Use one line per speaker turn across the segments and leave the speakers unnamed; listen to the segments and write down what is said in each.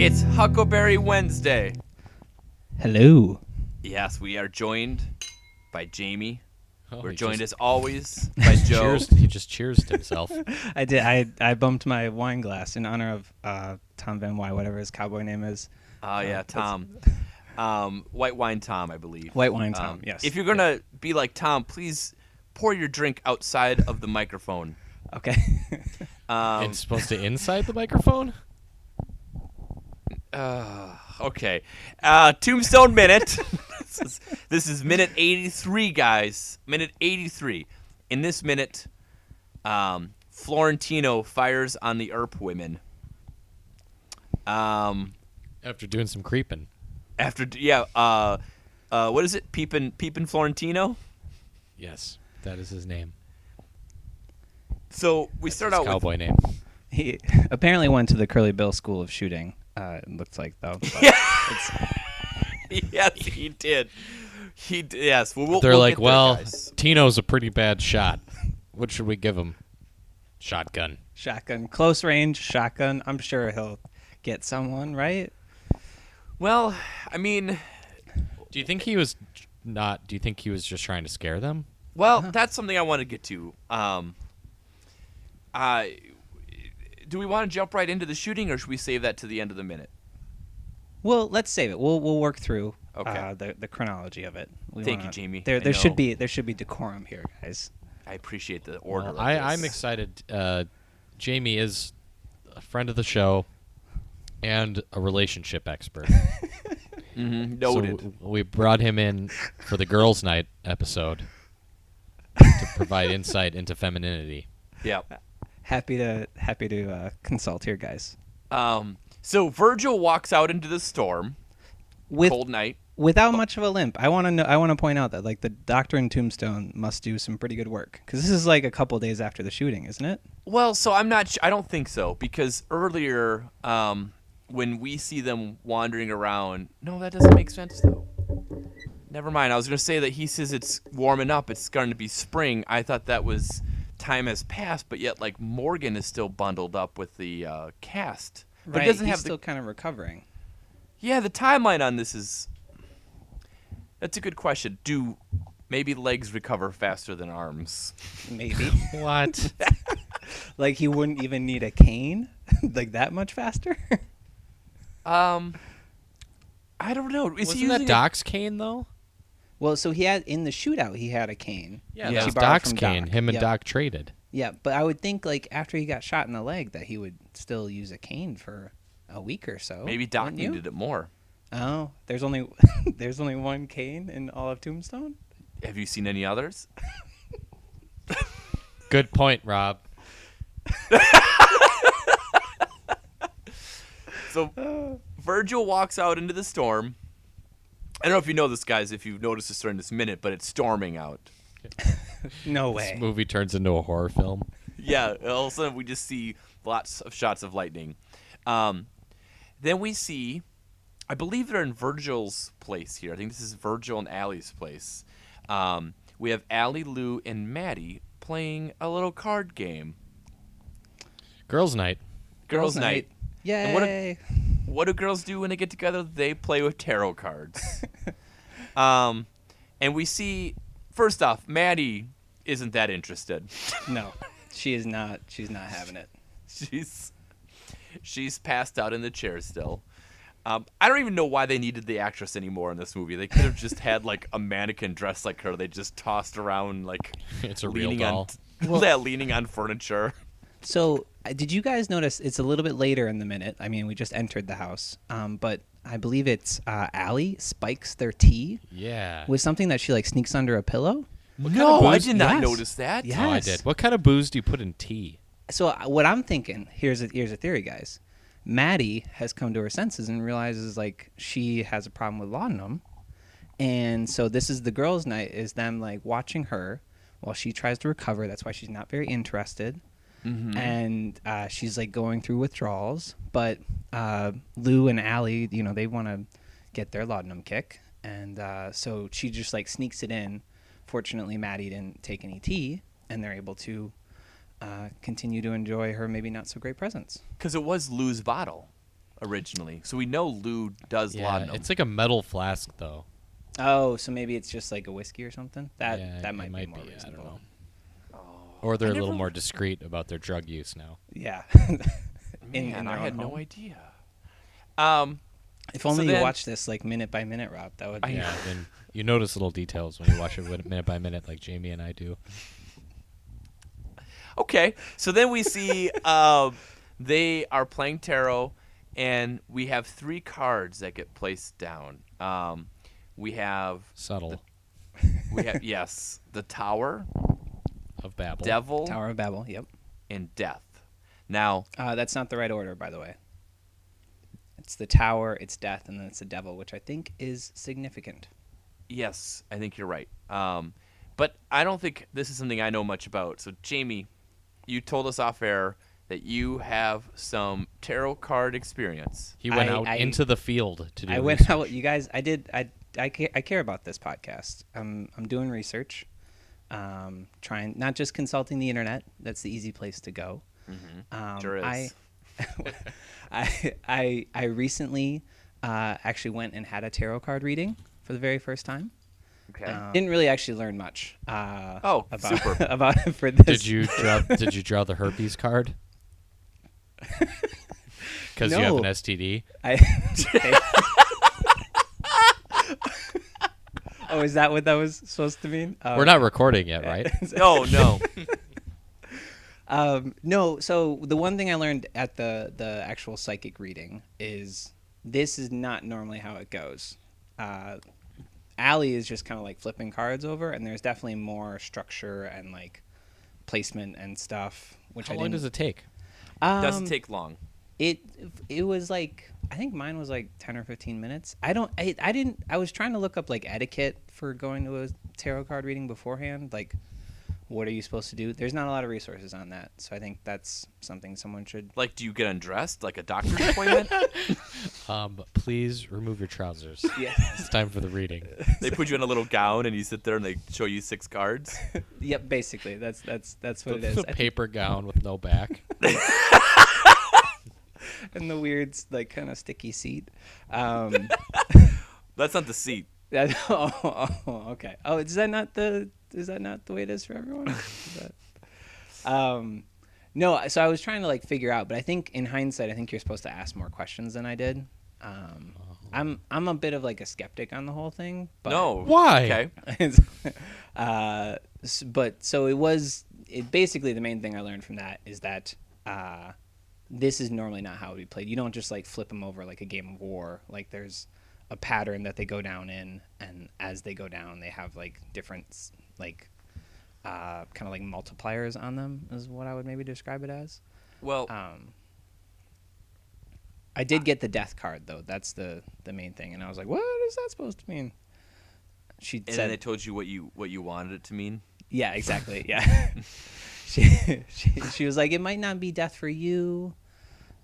It's Huckleberry Wednesday.
Hello.
Yes, we are joined by Jamie.
Oh,
We're
he
joined as
just
always by Joe. Um,
cheers- he just cheers himself.
I did. I, I bumped my wine glass in honor of uh, Tom Van Wy, whatever his cowboy name is.
Oh yeah, Tom. Um, white wine Tom, I believe. Um,
White wine Tom, Um, yes.
If you're gonna be like Tom, please pour your drink outside of the microphone.
Okay.
Um,
it's supposed to inside the microphone.
uh, okay. Uh, Tombstone minute. this, is, this is minute 83, guys. Minute 83. In this minute, um, Florentino fires on the ERP women. Um,
After doing some creeping,
after yeah, uh, uh, what is it? Peepin Peepin Florentino.
yes, that is his name.
So we
That's
start
his
out with
cowboy name.
he apparently went to the Curly Bill School of Shooting. Uh, it looks like though. but
yes, he did. He d- yes. Well, we'll
They're
we'll
like,
get there,
well,
guys."
Tino's a pretty bad shot. What should we give him? Shotgun.
shotgun, close range shotgun. I'm sure he'll get someone right.
well, I mean,
Do you think he was not? Do you think he was just trying to scare them?
well,
Uh-huh.
that's something I want to get to. Um, I do we want to jump right into the shooting, or should we save that to the end of the minute?
Well, let's save it. We'll we'll work through
Okay.
uh, the the chronology of it. We
Thank you, Jamie. I
There there
know.
should be there should be decorum here, guys.
I appreciate the order.
Well,
of
I,
this.
I'm excited. Uh, Jamie is a friend of the show and a relationship expert.
Mhm,
So
noted.
w- we brought him in for the girls' night episode to provide insight into femininity.
yeah.
Happy to happy to uh, consult here, guys.
Um. So Virgil walks out into the storm,
With
cold night.
without much of a limp. I want to know. I want to point out that like the Doctor and Tombstone must do some pretty good work because this is like a couple days after the shooting, isn't it?
Well, so I'm not. Sh- I don't think so because earlier, um, when we see them wandering around, no, that doesn't make sense though. Never mind. I was gonna say that he says it's warming up. It's starting to be spring. I thought that was time has passed, but yet like Morgan is still bundled up with the uh, cast, but it doesn't
He's
have the
still kind of recovering.
yeah, the timeline on this is. That's a good question. Do maybe legs recover faster than arms?
Maybe
What?
like he wouldn't even need a cane like that much faster.
Um, I don't know. Is he
Wasn't
using
that
a-
Doc's cane though?
well, so he had in the shootout he had a cane.
Yeah,
which
that
he
was
borrowed
Doc's
from
cane.
Doc.
Him and
Yep.
Doc traded.
Yeah, but I would think like after he got shot in the leg that he would still use a cane for a week or so.
Maybe Doc
wouldn't you?
needed it more.
Oh, there's only there's only one cane in all of Tombstone.
Have you seen any others?
Good point, Rob.
So Virgil walks out into the storm. I don't know if you know this, guys, if you've noticed this during this minute, but it's storming out.
No
This
way.
movie turns into a horror film.
Yeah, all of a sudden we just see lots of shots of lightning. Um, then we see, I believe they're in Virgil's place here. I think this is Virgil and Allie's place. Um, we have Allie, Lou, and Maddie playing a little card game.
Girls' night.
Girls' night.
Yay.
what a- what do girls do when they get together? They play with tarot cards. um, and we see, first off, Maddie isn't that interested.
No, she is not. She's not having it.
she's she's passed out in the chair still. Um, I don't even know why they needed the actress anymore in this movie. They could have just had like a mannequin dressed like her. They just tossed around like
It's a real
leaning on
doll.
yeah, leaning on furniture.
So, uh, did you guys notice? It's a little bit later in the minute. I mean, we just entered the house, um, but I believe it's uh, Allie spikes their tea
Yeah.
with something that she like sneaks under a pillow.
No, I
booze-
did not
Yes.
notice that.
Yeah.
Oh, I
Yes.
did. What kind of booze do you put in tea?
So, uh, what I'm thinking here's a, here's a theory, guys. Maddie has come to her senses and realizes like she has a problem with laudanum, and so this is the girls' night. Is them like watching her while she tries to recover. That's why she's not very interested.
Mm-hmm.
and uh, she's like going through withdrawals. But uh, Lou and Allie, you know, they want to get their laudanum kick, and uh, so she just like sneaks it in. Fortunately, Maddie didn't take any tea, and they're able to uh, continue to enjoy her maybe not so great presence.
Because it was Lou's bottle. originally, so we know Lou does
Yeah,
laudanum.
it's like a metal flask though.
Oh, so maybe it's just like a whiskey or something. That
Yeah,
that
it
might, be
might
more
be, I don't
reasonable.
know. Or they're
I
a little
never-
more discreet about their drug use now.
Yeah. in,
Man,
in
I
their
had
own
no
home.
idea. Um,
If
So
only
then-
you watched this like minute by minute, Rob. That would
I-
be.
Yeah, and you notice little details when you watch it win- minute by minute, like Jamie and I do.
okay, so then we see um, they are playing tarot, and we have three cards that get placed down. Um, we have
Subtle
we have yes, the Tower,
of Babel.
Devil,
Tower of Babel. Yep.
and Death. Now,
Uh, that's not the right order, by the way. It's the tower, it's death, and then it's the devil, which I think is significant.
yes, I think you're right. Um, but I don't think this is something I know much about. So Jamie, you told us off air that you have some tarot card experience.
He went
I-
out
I-
into the field to do.
I went
research.
out. You guys, I did. I I care, I care about this podcast. I'm I'm doing research. Um, trying not just consulting the internet. That's the easy place to go.
Mm-hmm.
Um,
Sure is.
I, I I I recently uh, actually went and had a tarot card reading for the very first time.
Okay.
Um, didn't really actually learn much. Uh,
Oh,
about,
super.
about it for this.
Did you draw? did you draw the herpes card? Because you have
No.
an STD.
I. oh, is that what that was supposed to mean? Oh,
We're not recording yet, right?
no, no.
Um, no. So the one thing I learned at the the actual psychic reading is this is not normally how it goes. Uh, Allie is just kind of like flipping cards over, and there's definitely more structure and like placement and stuff. Which
How
I
long
didn't,
does it take?
um,
Doesn't take long.
it it was like i think mine was like 10 or 15 minutes i don't I, I didn't i was trying to look up like etiquette for going to a tarot card reading beforehand like what are you supposed to do there's not a lot of resources on that so i think that's something someone should
Like, do you get undressed like a doctor's appointment?
Um, please remove your trousers.
yeah
It's time for the reading.
they put you in a little gown and you sit there and they show you six cards.
yep basically that's that's that's what it
It's
is
a paper gown with no back.
and the weird like kind of sticky seat um
That's not the seat.
that, oh, oh, oh, okay oh is that not the is that not the way it is for everyone Is that- um no so i was trying to like figure out but i think in hindsight i think you're supposed to ask more questions than i did um i'm i'm a bit of like a skeptic on the whole thing but
no.
Why?
Okay.
uh, s- but so it was it basically the main thing I learned from that is that uh, this is normally not how it would be played. You don't just like flip them over like a game of war. Like there's a pattern that they go down in, and as they go down, they have like different s- like uh, kind of like multipliers on them is what I would maybe describe it as.
Well,
Um, I did get the death card though. That's the the main thing, and I was like, "What is that supposed to mean?" She
and
said,
then they told you what you what you wanted it to mean.
yeah, exactly. Yeah. she, she she was like, it might not be death for you.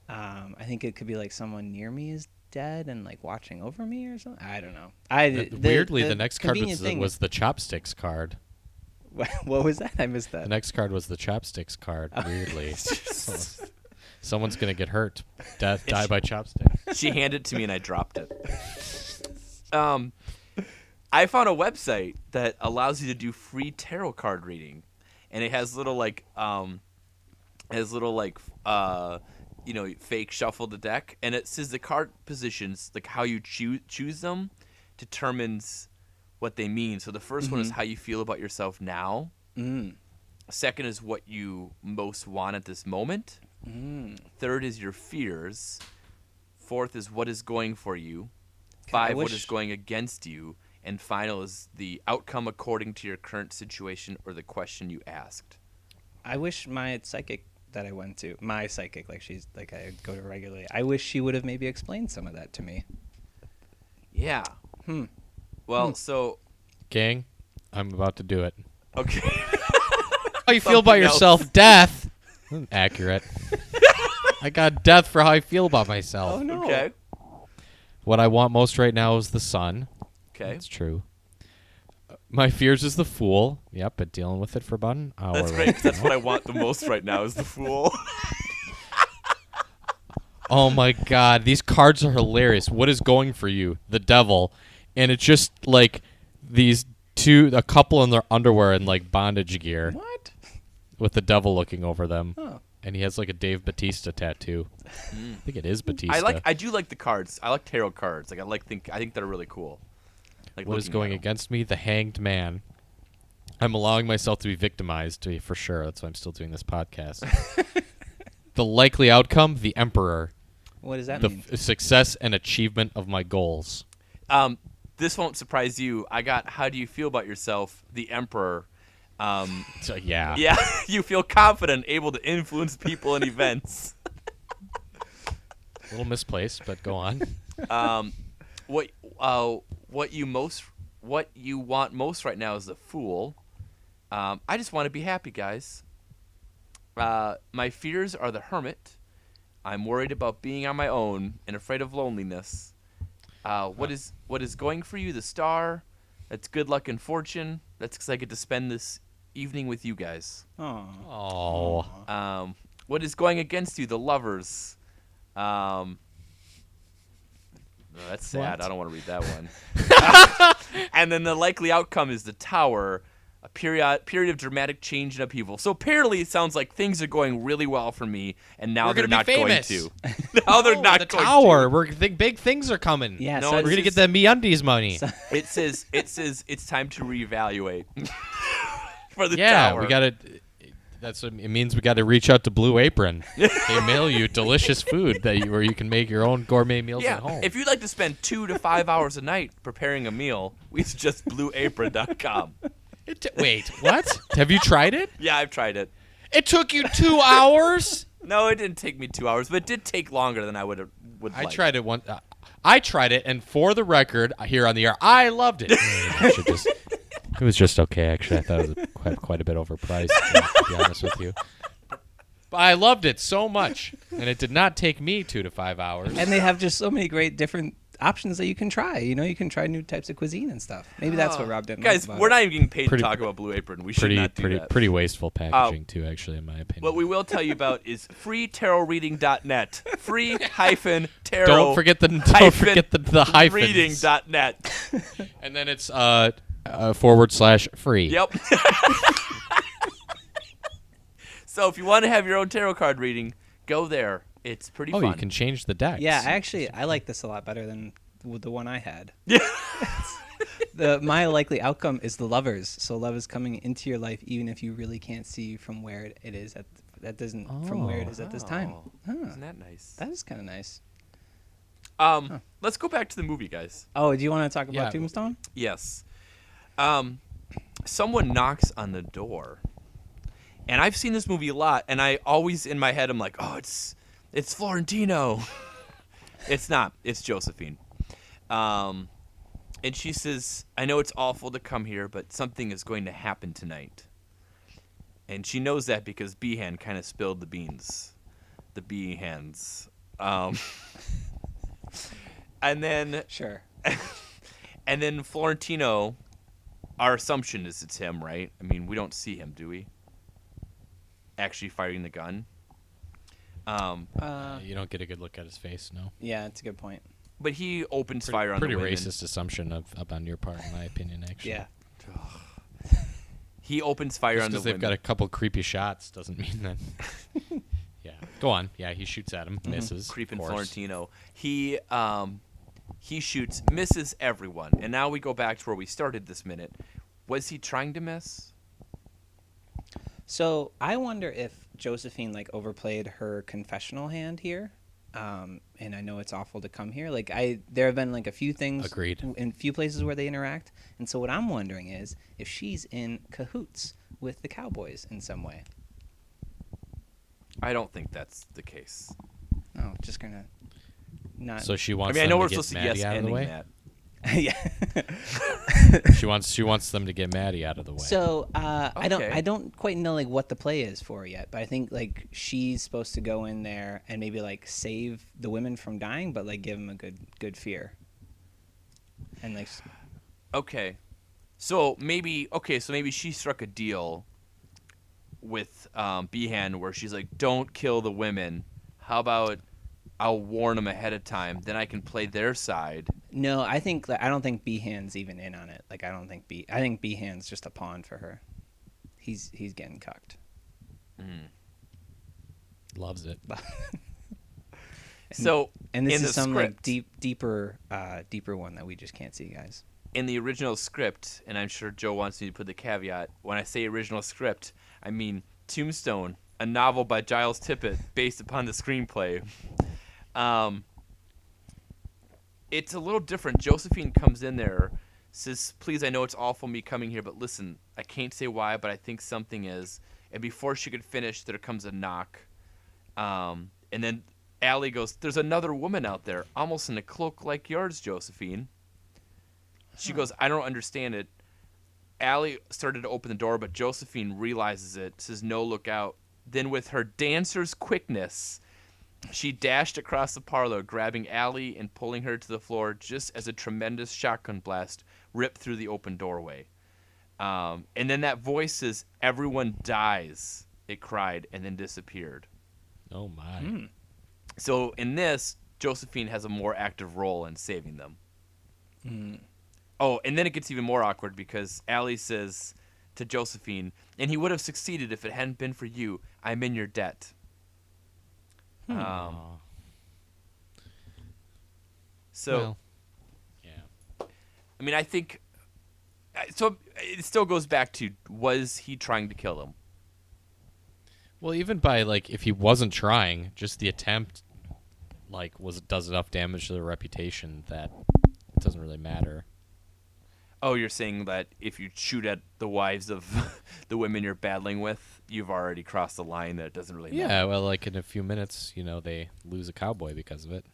Um, I think it could be like someone near me is dead and like watching over me or something. I don't know. I
Uh,
the-
Weirdly, the, next card
convenient
was the,
thing-
was the chopsticks card.
what was that? I missed
The
that.
next card was the chopsticks card. Weirdly, So- someone's gonna get hurt. Death, die by chopsticks.
She handed it to me and I dropped it. Um, I found a website that allows you to do free tarot card reading, and it has little like um, it has little like uh, you know, fake shuffle the deck, and it says the card positions, like how you choose choose them, determines what they mean. So the 1st one is how you feel about yourself now.
Mm-hmm. Mm.
Second is what you most want at this moment.
Mm.
Third is your fears. Fourth is what is going for you. Five, what is
wish-
going against you. And final is the outcome according to your current situation or the question you asked.
I wish my psychic that I went to, my psychic, like she's like I go to regularly. I wish she would have maybe explained some of that to me.
Yeah.
Hmm.
Well, so
Gang, I'm about to do it.
okay.
How Oh, you feel about
Something else.
yourself? Death. Accurate. I got death for how I feel about
Oh,
myself.
no.
Okay.
What I want most right now is the sun.
Okay.
That's true. Uh, My fears is the fool. Yep, but dealing with it for about an hour.
That's
right
great. 'cause That's what I want the most right now is the fool.
Oh my god, these cards are hilarious. What is going for you? The devil. And it's just like these two a couple in their underwear and like bondage gear
What?
with the devil looking over them.
Oh.
And he has like a Dave Batista tattoo. I think it is Batista.
Hmm. I like I do like the cards. I like tarot cards. Like I like think I think they're really cool. Like
what is
looking at
going
them.
against me? The hanged man. I'm allowing myself to be victimized to for sure. That's why I'm still doing this podcast. the likely outcome, the emperor.
What does that
the
mean?
f- success and achievement of my goals.
Um, this won't surprise you. I got how do you feel about yourself? The emperor. Um,
So yeah.
yeah, you feel confident, able to influence people and events.
A little misplaced, but go on.
Um, what uh, what you most what you want most right now is the fool. Um, I just want to be happy, guys. Uh, my fears are the hermit. I'm worried about being on my own and afraid of loneliness. Uh, what is what is going for you? The star. That's good luck and fortune. That's because I get to spend this evening with you guys.
Oh.
Oh,
Um, what is going against you? The lovers. Um, no, that's sad.
What?
I don't want to read that one. and then the likely outcome is the tower, a period period of dramatic change and upheaval. So apparently, it sounds like things are going really well for me, and now
We're
they're
gonna be
not
famous. Oh,
going to. now they're not
the
going
tower. We're think big things are coming.
Yeah.
No,
so
it's
we're
it's-
gonna
just-
get the MeUndies money.
So-
to. It says it says it's time to reevaluate for the
yeah,
tower.
we gotta. That's what it means. We got to reach out to Blue Apron. they mail you delicious food that you, where you can make your own gourmet meals
Yeah,
at home.
if you'd like to spend two to five hours a night preparing a meal, we suggest blueapron.com.
It t- wait, what? Have you tried it?
Yeah, I've tried it.
It took you two hours.
No, it didn't take me two hours, but it did take longer than I would have would.
I
like.
tried it one. Uh, I tried it, and for the record, uh, here on the air, I loved it. I should just- it was just okay, actually. I thought it was quite, quite a bit overpriced, to be honest with you. But I loved it so much, and it did not take me two to five hours.
and they have just so many great different options that you can try. You know, you can try new types of cuisine and stuff. Maybe that's what Rob didn't. like
Oh, Guys,
about
we're
it.
not even getting paid
Pretty-
to talk about Blue Apron. We should
pretty,
not do
pretty,
that. Oh.
pretty wasteful packaging too, actually, in my opinion.
What we will tell you about is freetarotreading.net. Free hyphen tarot.
don't forget the don't
hyphen
forget the the hyphens.
Reading.net.
and then it's uh, uh forward slash free.
Yep. so if you want to have your own tarot card reading, go there. It's pretty
Oh,
fun.
you can change the decks.
Yeah, I actually I like this a lot better than w- the one I had. the my likely outcome is the lovers. So love is coming into your life even if you really can't see from where it- it is at that doesn't from where it is at this time.
Oh,
Huh,
Isn't that nice?
that is kind of nice.
Um, let's go back to the movie, guys.
Oh, do you want to talk about
Yeah.
Tombstone?
Yes. Um, someone knocks on the door, and I've seen this movie a lot, and I always in my head I'm like, oh, it's it's Florentino. it's not. It's Josephine. Um, and she says, I know it's awful to come here, but something is going to happen tonight. And she knows that because Behan kind of spilled the beans, the Behans. Um, and then
Sure.
and then Florentino, our assumption is it's him, right? I mean, we don't see him, do we? Actually firing the gun. Um,
Uh,
You don't get a good look at his face, no.
yeah, that's a good point.
but he opens
Pretty,
fire on
pretty
the women.
racist assumption of, up on your part, in my opinion. Actually,
Yeah.
He opens fire
Just
on the
because they've
women.
got a couple creepy shots doesn't mean that. yeah, go on. Yeah, he shoots at him,
Mm-hmm.
misses. of
creeping
course.
Florentino. He um, he shoots, misses everyone, and now we go back to where we started this minute. Was he trying to miss?
So I wonder if Josephine like overplayed her confessional hand here. Um, and I know it's awful to come here. Like I, there have been like a few things,
Agreed.
w- in few places where they interact. And so what I'm wondering is if she's in cahoots with the cowboys in some way.
I don't think that's the case.
Oh, just gonna not.
So she wants.
I mean, I know
them
we're
to get
supposed to
Maddie
yes
out of the
ending
way.
that.
yeah.
She wants. She wants them to get Maddie out of the way.
So uh, I don't
Okay.
I don't quite know like what the play is for yet, but I think like she's supposed to go in there and maybe like save the women from dying, but like give them a good good fear. And like s-
Okay. So maybe okay, so maybe she struck a deal with um Behan where she's like, Don't kill the women. How about I'll warn them ahead of time. Then I can play their side.
No, I think like, I don't think Behan's even in on it. Like I don't think B. I think Behan's just a pawn for her. He's he's getting cucked.
Loves it.
so
And this
in
is
the
some like
script,
deep deeper uh deeper one that we just can't see, guys.
in the original script, and I'm sure Joe wants me to put the caveat. When I say original script, I mean Tombstone, a novel by Giles Tippett based upon the screenplay. Um, it's a little different. Josephine comes in there, says, "Please, I know it's awful me coming here, but listen, I can't say why, but I think something is." And before she could finish, there comes a knock, um, and then Allie goes, "There's another woman out there, almost in a cloak like yours, Josephine." She goes, "I don't understand it." Allie started to open the door, but Josephine realizes it, says, "No, look out!" Then, with her dancer's quickness, she dashed across the parlor, grabbing Allie and pulling her to the floor just as a tremendous shotgun blast ripped through the open doorway. Um, and then that voice says, Everyone dies, it cried, and then disappeared.
Oh my.
Mm. So in this, Josephine has a more active role in saving them.
Hmm.
Oh, and then it gets even more awkward because Allie says to Josephine, and he would have succeeded if it hadn't been for you. I'm in your debt. Um,
Hmm. Aw.
so.
Well, yeah.
I mean, I think. I- So it still goes back to was he trying to kill him?
Well, even by like if he wasn't trying, just the attempt like was does enough damage to the reputation that it doesn't really matter.
Oh, you're saying that if you shoot at the wives of the women you're battling with, you've already crossed the line that it doesn't really matter.
Yeah, well, like in a few minutes, you know, they lose a cowboy because of it.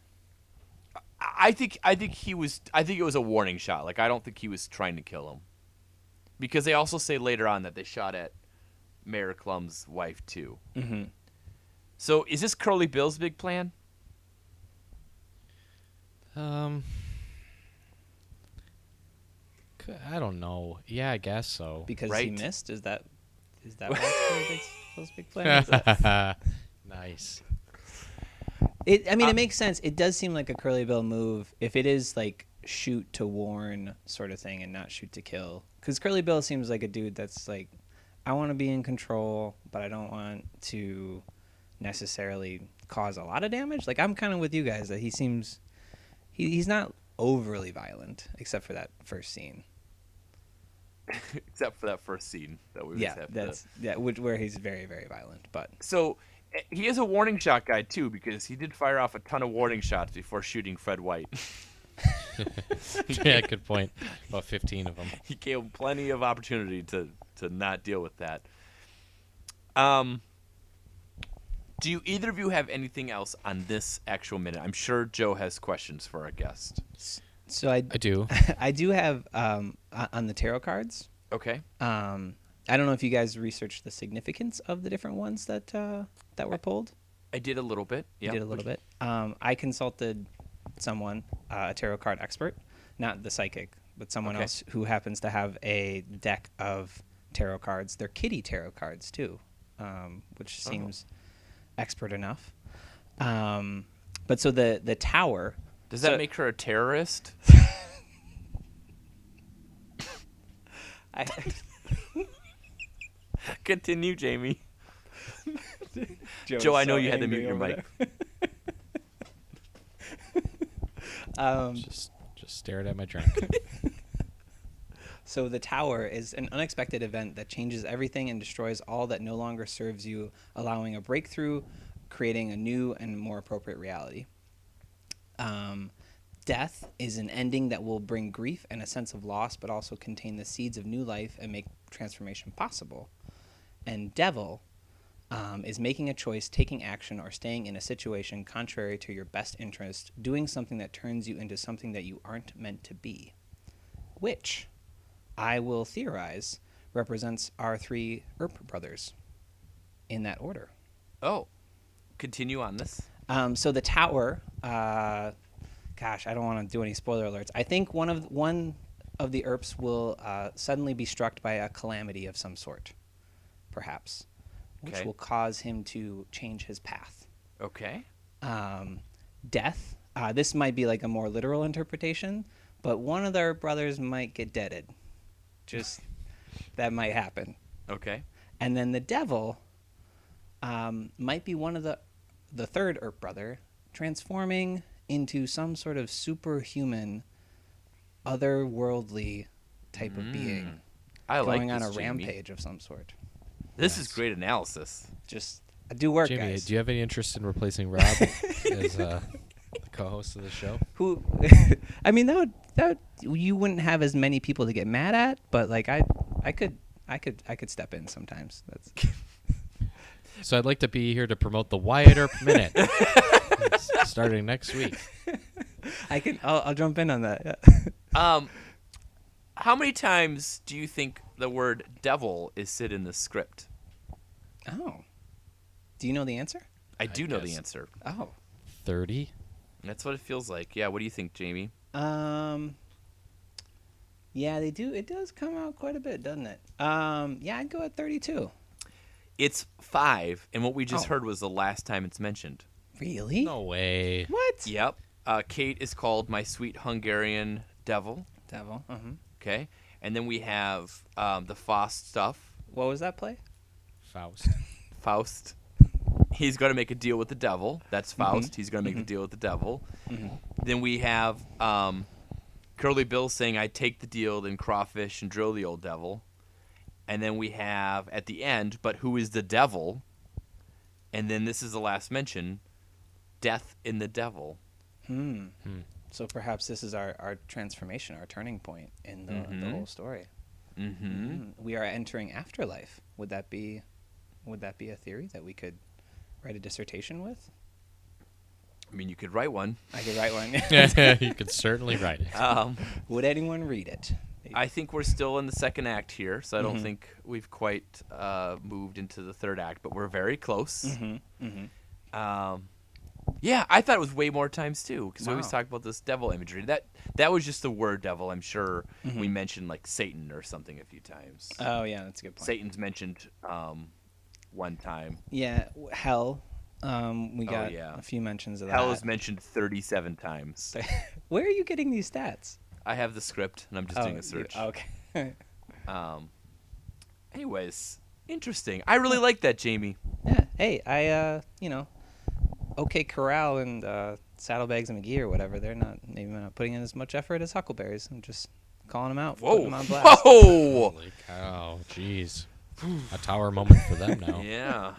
I think I think he was I think it was a warning shot. Like I don't think he was trying to kill him. Because they also say later on that they shot at Mayor Clum's wife too. Mm-hmm. So is this Curly Bill's big plan?
Um, c- I don't know. Yeah, I guess so.
Because he
Right.
missed? Is that is that why it's really big, those big plans?
nice.
It, I mean, it makes sense. It does seem like a curly bill move if it is like shoot to warn sort of thing and not shoot to kill. Because curly bill seems like a dude that's like, I want to be in control, but I don't want to necessarily cause a lot of damage. Like I'm kind of with you guys that he seems, he, he's not overly violent except for that first scene.
Except for that first scene that we
yeah,
just have to-
that's yeah, which, where he's very very violent, but
So eh, he is a warning shot guy too because he did fire off a ton of warning shots before shooting Fred White.
yeah, good point. About fifteen of them.
he gave him plenty of opportunity to to not deal with that. Um do you either of you have anything else on this actual minute? I'm sure Joe has questions for our guest.
so I
I do.
I do have um o- on the tarot cards.
Okay.
Um, I don't know if you guys researched the significance of the different ones that uh, that were pulled.
I did a little bit. Yeah.
You did a little bit. Um, I consulted someone, uh, a tarot card expert, not the psychic, but someone
Okay.
else who happens to have a deck of tarot cards. They're kitty tarot cards too, um, which
Oh.
seems expert enough. Um, but so the the tower
Does that
so-
make her a terrorist?
I,
Continue, Jamie. Joe, I know you had to mute your mic.
um,
Just just stared at my drink.
So the tower is an unexpected event that changes everything and destroys all that no longer serves you, allowing a breakthrough, creating a new and more appropriate reality. Um, death is an ending that will bring grief and a sense of loss, but also contain the seeds of new life and make transformation possible. And devil um, is making a choice, taking action, or staying in a situation contrary to your best interest, doing something that turns you into something that you aren't meant to be. Which I will theorize represents our three Earp brothers in that order.
Oh. Continue on this.
Um, so the tower, uh, gosh, I don't want to do any spoiler alerts. I think one of one of the Earps will uh, suddenly be struck by a calamity of some sort, perhaps, which
Okay.
will cause him to change his path.
Okay.
Um, death. Uh, this might be like a more literal interpretation, but one of their brothers might get deaded. Just that might happen.
Okay.
And then the devil um, might be one of the the third Earp brother transforming into some sort of superhuman, otherworldly type of being,
Mm. I like
going on
this,
a
Jamie.
rampage of some sort.
This is great analysis.
Just I do work,
Jamie,
guys.
do you have any interest in replacing Rob as uh, the co-host of the show?
Who? I mean, that would that would, you wouldn't have as many people to get mad at, but like I, I could, I could, I could step in sometimes. That's
So I'd like to be here to promote the Wyatt Earp Minute s- starting next week.
I can. I'll, I'll jump in on that.
Um, how many times do you think the word devil is said in the script?
oh, do you know the answer?
I do know the
guess.
answer.
Oh,
Thirty.
That's what it feels like. Yeah. What do you think, Jamie?
um, yeah, they do. It does come out quite a bit, doesn't it? Um, yeah, I'd go at thirty-two.
It's five, and what we just
Oh.
heard was the last time it's mentioned.
Really?
No way.
What?
Yep. Uh, Kate is called my sweet Hungarian devil.
Devil. uh
Okay. And then we have um, the Faust stuff.
What was that play?
Faust.
Faust. He's going to make a deal with the devil. That's Faust. He's going to make a deal with the devil. Then we have um, Curly Bill saying, I take the deal, then crawfish and drill the old devil. And then we have at the end, but who is the devil? And then this is the last mention death in the devil.
Hmm.
Hmm.
So perhaps this is our, our transformation, our turning point in the, the
Mhm.
whole story.
Mm-hmm.
Mm, We are entering afterlife. Would that be would that be a theory that we could write a dissertation with?
I mean, you could write one.
I could write one.
you could certainly write it.
Um,
Would anyone read it?
I think we're still in the second act here, so I don't
Mhm.
think we've quite uh, moved into the third act, but we're very close.
Mhm, mhm.
Um, yeah, I thought it was way more times too because we always
Wow.
talk about this devil imagery. That that was just the word devil. I'm sure
Mm-hmm.
we mentioned like Satan or something a few times.
Oh yeah, that's a good point.
Satan's mentioned um, one time.
Yeah, w- hell. Um, we
Oh,
got
yeah.
a few mentions of that.
Hell is mentioned 37 times.
Where are you getting these stats?
I have the script and I'm just doing a search.
You, Oh, okay.
Um, anyways, interesting. I
Hmm.
really like that, Jamie.
Yeah. Hey, I uh, you know, OK Corral and uh, Saddlebags and McGee or whatever, they're not maybe not putting in as much effort as Huckleberries. I'm just calling them out. putting
Whoa!
them on blast.
Whoa!
Holy cow! oh, Jeez. A tower moment for them now.
Yeah.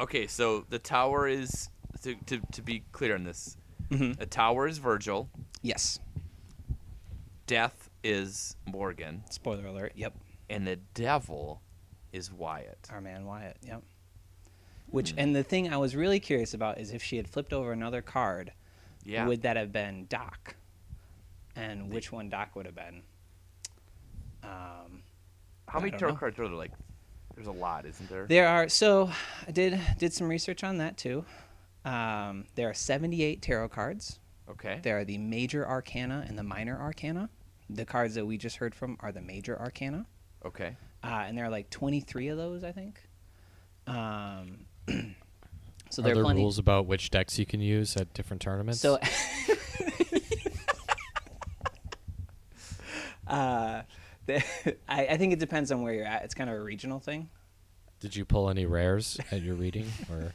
Okay, so the tower is to to, to be clear on this. The tower is Virgil.
Mm-hmm. Yes.
Death is Morgan,
Spoiler alert. Yep.
and the devil is Wyatt.
Our man Wyatt. Yep. Which and the thing I was really curious about is if she had flipped over another card,
Yeah.
would that have been Doc? And which one Doc would have been? Um,
How
I
many
don't
tarot
know.
cards are there? Like, there's a lot, isn't there?
There are so I did did some research on that too. Um, there are 78 tarot cards.
Okay.
There are the major arcana and the minor arcana. The cards that we just heard from are the major arcana,
Okay.
uh, and there are like 23 of those, I think. Um, so
Are
there are
there
plenty.
rules about which decks you can use at different tournaments?
So, uh, the, I, I think it depends on where you're at. It's kind of a regional thing.
Did you pull any rares at your reading, or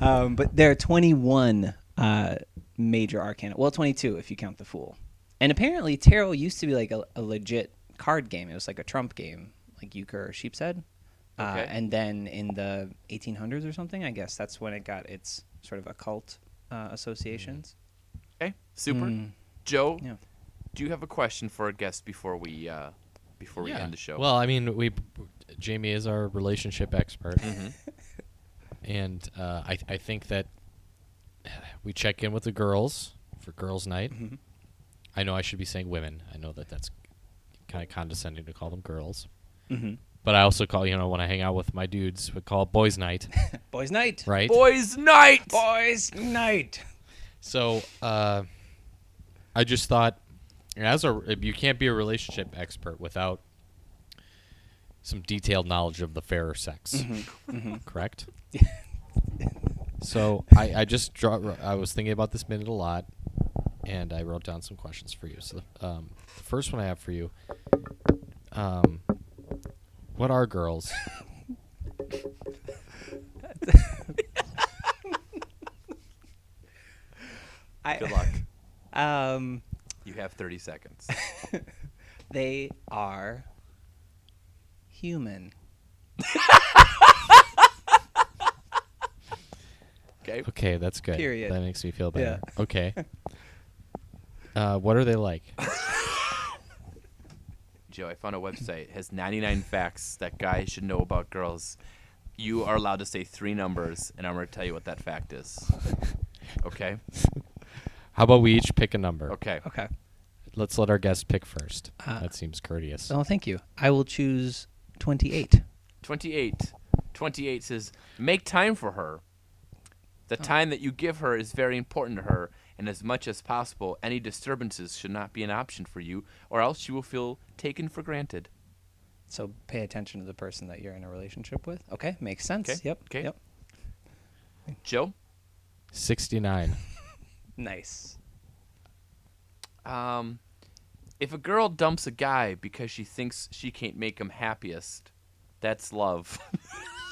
Um, but there are 21 uh, major arcana. Well, 22 if you count the Fool. And apparently, tarot used to be like a, a legit card game. It was like a trump game, like euchre or sheep's head. Uh,
Okay.
and then in the 1800s or something, I guess that's when it got its sort of occult uh, associations.
Okay. Super.
Mm.
Joe,
Yeah.
do you have a question for our guest before we uh, before we
Yeah.
end the show?
Well, I mean, we Jamie is our relationship expert, and uh, I I think that uh, we check in with the girls for girls' night. I know I should be saying women. I know that that's kind of condescending to call them girls,
Mhm.
but I also call you know when I hang out with my dudes, we call it boys' night,
Boys' night.
right?
Boys' night.
Oh.
Boys' night.
So uh, I just thought, as a you can't be a relationship expert without some detailed knowledge of the fairer sex, correct? So I, I just draw. I was thinking about this minute a lot, and I wrote down some questions for you. So um, the first one I have for you, um, what are girls?
Good luck.
Um,
You have 30 seconds.
they are human.
Okay.
Okay, that's good.
Period.
That makes me feel better. Okay. Uh, what are they like?
Joe, I found a website. It has 99 facts that guys should know about girls. You are allowed to say three numbers, and I'm going to tell you what that fact is. Okay?
How about we each pick a number?
Okay.
Okay.
Let's let our guest pick first.
Uh,
that seems courteous.
Oh, thank you. I will choose 28.
28. 28 says, make time for her. The time that you give her is very important to her, and as much as possible, any disturbances should not be an option for you, or else she will feel taken for granted.
So pay attention to the person that you're in a relationship with. Okay, makes sense.
'Kay,
Yep.
'kay.
Yep.
Joe?
Sixty-nine.
Nice.
Um, if a girl dumps a guy because she thinks she can't make him happiest, that's love.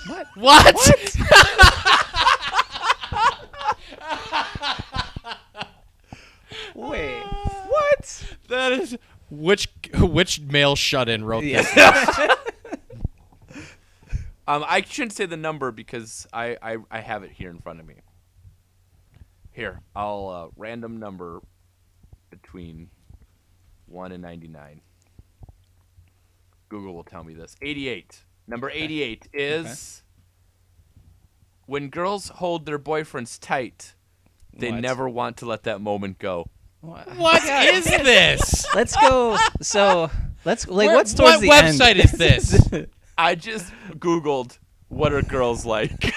What?
What?
Wait. What?
That is which which male shut-in wrote this?
Yeah.
um, I shouldn't say the number because I, I, I have it here in front of me. Here, I'll uh, random number between 1 and 99. Google will tell me this. 88. Number 88 is when girls hold their boyfriends tight, they
What?
never want to let that moment go.
What is this?
Let's go. So let's like
Where-
what's towards
what
the end?
website is this?
I just Googled what are girls like.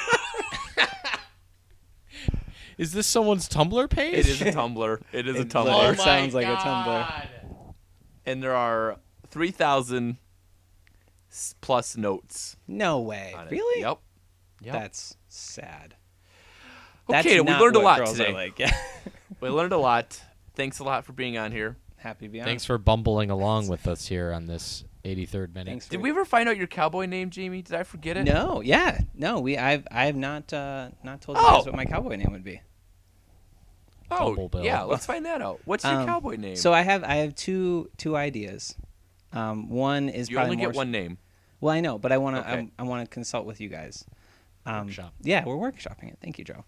Is this someone's Tumblr page?
it is a Tumblr. It is a
It
Tumblr.
Oh
literally sounds like a Tumblr.
And there are 3,000 s- plus notes.
no way.
on it.
Really?
Yep. Yep.
That's sad.
Okay, we
not
learned a
what
lot
girls are
today.
Like. Yeah.
We learned a lot. Thanks a lot for being on here.
Happy to be on.
Thanks for bumbling along with us here on this 83rd minute.
Thanks for
Did we ever find out your cowboy name, Jamie? Did I forget it?
No, yeah, no. We, I've, I have not, uh, not told you
Oh.
guys what my cowboy name would be.
Oh,
Bumblebill.
yeah. Let's find that out. What's your
Um,
cowboy name?
So I have, I have two, two ideas. Um, one is
you
probably
only
more
get one name.
Well, I know, but I want to.
Okay.
I, I want to consult with you guys. Um,
Workshop.
Yeah, we're workshopping it. Thank you, Joe.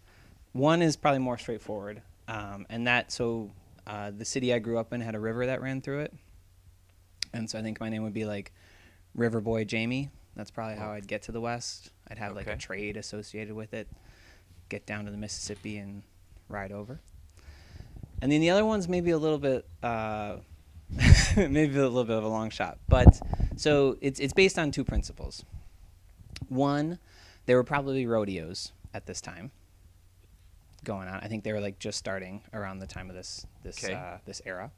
One is probably more straightforward, um, and that so uh, the city I grew up in had a river that ran through it, and so I think my name would be like River Boy Jamie. That's probably how I'd get to the West. I'd have like a
Oh. Okay.
trade associated with it, get down to the Mississippi and ride over. And then the other one's maybe a little bit, uh, maybe a little bit of a long shot. But so it's it's based on two principles. One, there were probably rodeos at this time going on. I think they were like just starting around the time of this this
Okay.
uh, this era.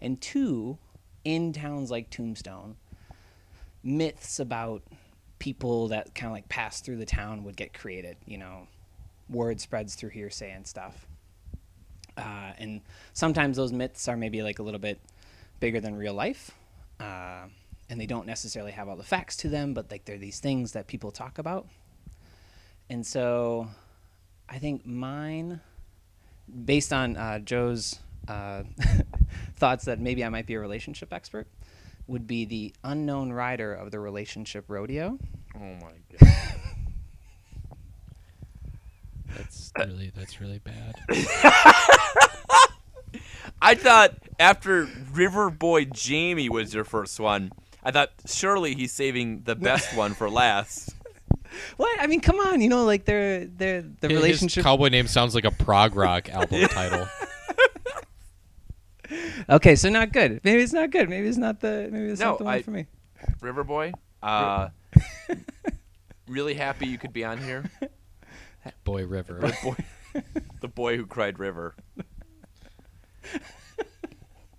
And two, in towns like Tombstone, myths about people that kind of like passed through the town would get created. You know, word spreads through hearsay and stuff. Uh, and sometimes those myths are maybe like a little bit bigger than real life. Uh, and they don't necessarily have all the facts to them, but like they're these things that people talk about. And so I think mine, based on uh, Joe's uh, thoughts that maybe I might be a relationship expert, would be the unknown rider of the relationship rodeo.
Oh, my God.
That's really that's really bad.
I thought after River Boy Jamie was your first one, I thought surely he's saving the best one for last.
What? I mean, come on, you know, like they're they're the relationship.
His cowboy name sounds like a prog rock album title.
okay, so not good. Maybe it's not good. Maybe it's not the maybe it's
No,
not the one
I-
for me.
River Boy, uh, really happy you could be on here.
Boy River.
boy, the boy who cried river.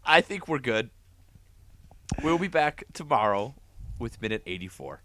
I think we're good. We'll be back tomorrow with minute 84.